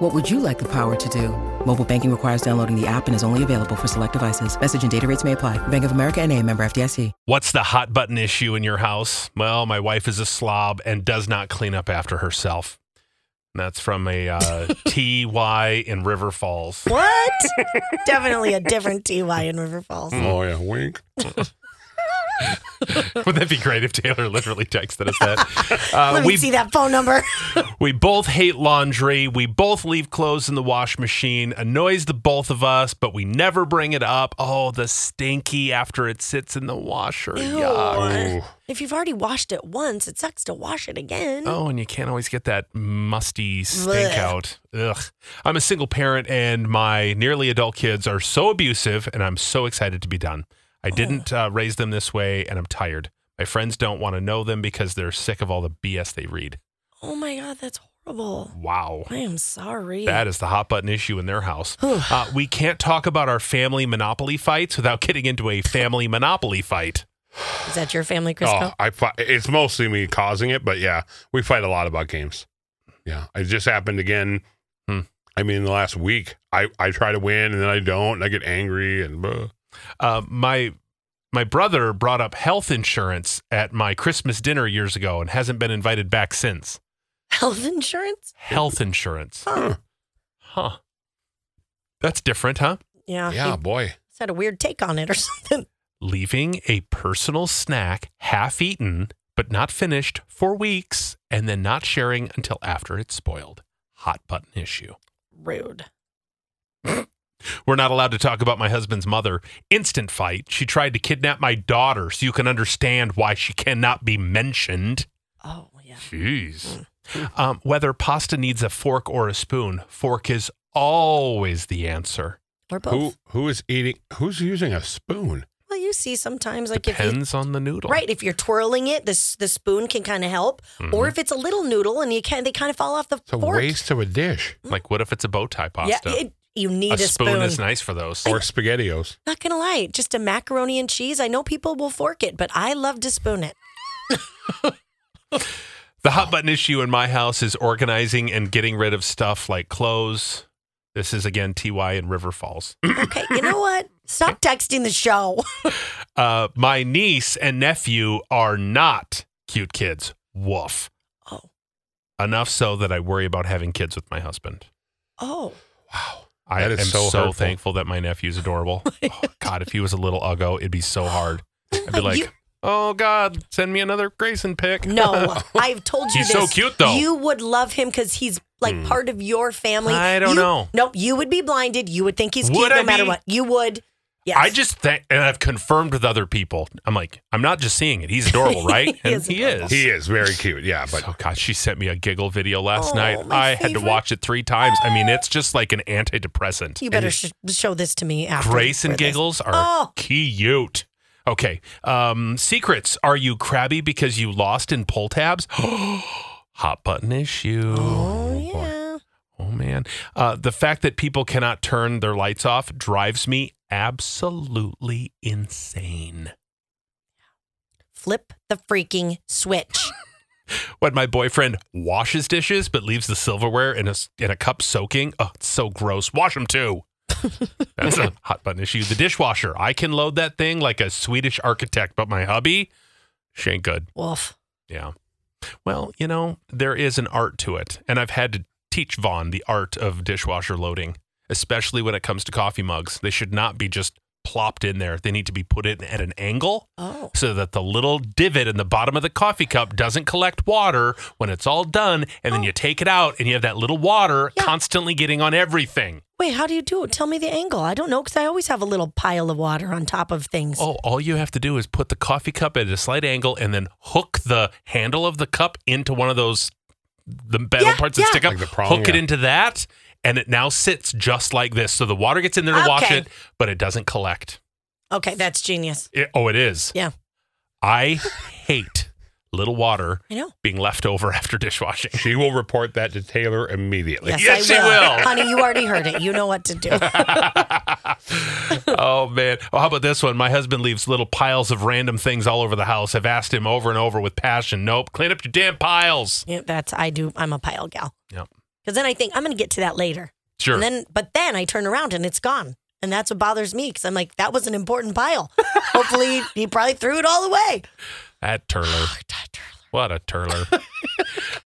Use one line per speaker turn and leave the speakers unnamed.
What would you like the power to do? Mobile banking requires downloading the app and is only available for select devices. Message and data rates may apply. Bank of America and a member FDIC.
What's the hot button issue in your house? Well, my wife is a slob and does not clean up after herself. And that's from a uh, TY in River Falls.
What? Definitely a different TY in River Falls.
Mm.
Oh yeah, wink.
Wouldn't that be great if Taylor literally texted us that? Uh,
Let me
we
see that phone number.
we both hate laundry. We both leave clothes in the wash machine. Annoys the both of us, but we never bring it up. Oh, the stinky after it sits in the washer.
Ew.
Yuck.
If you've already washed it once, it sucks to wash it again.
Oh, and you can't always get that musty stink
Blech.
out. Ugh. I'm a single parent, and my nearly adult kids are so abusive, and I'm so excited to be done. I didn't uh, raise them this way, and I'm tired. My friends don't want to know them because they're sick of all the BS they read.
Oh my God, that's horrible.
Wow.
I am sorry.
That is the hot button issue in their house. Uh, we can't talk about our family monopoly fights without getting into a family monopoly fight.
Is that your family,
Oh,
Crisco?
I fi- it's mostly me causing it, but yeah, we fight a lot about games. Yeah, it just happened again.
Hmm.
I mean, the last week, I I try to win and then I don't, and I get angry and. blah.
Uh, my my brother brought up health insurance at my Christmas dinner years ago and hasn't been invited back since.
Health insurance?
Health insurance.
Huh.
Huh. That's different, huh?
Yeah.
Yeah,
He
boy.
had a weird take on it or something.
Leaving a personal snack half eaten but not finished for weeks and then not sharing until after it's spoiled. Hot button issue.
Rude.
We're not allowed to talk about my husband's mother. Instant fight. She tried to kidnap my daughter so you can understand why she cannot be mentioned.
Oh, yeah.
Jeez. Um, whether pasta needs a fork or a spoon, fork is always the answer.
Or both.
Who who is eating? Who's using a spoon?
Well, you see sometimes, like, if you
Depends on the noodle.
Right, if you're twirling it, this the spoon can kind of help.
Mm-hmm.
Or if it's a little noodle and you can, they kind of fall off the
It's a
fork.
waste of a dish
Like, what if it's a bow tie
Yeah,
pasta?
it- you need
a
a,
spoon, is nice for those.
or spaghettios.
Not gonna lie, just a macaroni and cheese. I know people will fork it, but I love to spoon it.
The hot button issue in my house is organizing and getting rid of stuff like clothes. This is again TY in River Falls.
Okay, you know what? Stop texting the show.
Uh, my niece and nephew are not cute kids. Woof.
Oh,
Enough so that I worry about having kids with my husband.
oh,
I
That is
am
so
so,
hurtful.
thankful that my nephew's adorable. oh, God, if he was a little uggo, it'd be so hard. I'd be
But
like,
you-
oh God, send me another Grayson pick.
no! I've told you
He's
this.
so cute, though. Hmm.
You would love him because he's like part of your family.
I don't
You-
know.
Nope, you would be blinded. You would think he's
Would
cute
I
no matter
be?
what. You would. Yes.
I just think, and I've confirmed with other people. I'm like, I'm not just seeing it. He's adorable, right?
He
and
is
he
adorable.
is.
He is very cute. Yeah, but
oh God, she sent me a giggle video last
Oh,
night.
my
I had to
favorite. Ah.
watch it three times. I mean, it's just like an antidepressant.
You better sh- show this to me after.
Grace and
for this.
giggles are
Oh.
cute. Okay. Um, secrets. Are you crabby because you lost in poll tabs? Hot button issue.
Oh yeah.
Oh, man. Uh, the fact that people cannot turn their lights off drives me absolutely insane.
Flip the freaking switch.
When my boyfriend washes dishes but leaves the silverware in a, s- in a cup soaking, oh, it's so gross. Wash them too. That's a hot button issue. The dishwasher. I can load that thing like a Swedish architect, but my hubby, she ain't good.
Woof.
Yeah. Well, you know, there is an art to it. And I've had to teach Vaughn the art of dishwasher loading, especially when it comes to coffee mugs. They should not be just plopped in there, they need to be put in at an angle
Oh.
so that the little divot in the bottom of the coffee cup doesn't collect water when it's all done. And then you take it out and you have that little water
Oh. Yeah.
constantly getting on everything.
Wait, how do you do it? Tell me the angle. I don't know because I always have a little pile of water on top of things.
Oh, all you have to do is put the coffee cup at a slight angle and then hook the handle of the cup into one of those the metal
Yeah,
parts that
yeah.
stick up.
Like the prong,
hook it
yeah.
into that, and it now sits just like this. So the water gets in there to wash
Okay.
it, but it doesn't collect.
Okay, that's genius.
It- oh, it is.
Yeah.
I hate little water
I know.
being left over after dishwashing.
She will report that to Taylor immediately.
Yes,
Yes,
I
you
will.
will.
Honey, you already heard it. You know what to do.
oh man. Oh, how about this one? My husband leaves little piles of random things all over the house. I've asked him over and over with passion. Nope. Clean up your damn piles.
Yeah, that's I do. I'm a pile gal.
Yep.
Because then I think I'm going to get to that later.
Sure.
And then, but then I turn around and it's gone, and that's what bothers me because I'm like, that was an important pile. Hopefully, he probably threw it all away.
that turler. What a turler.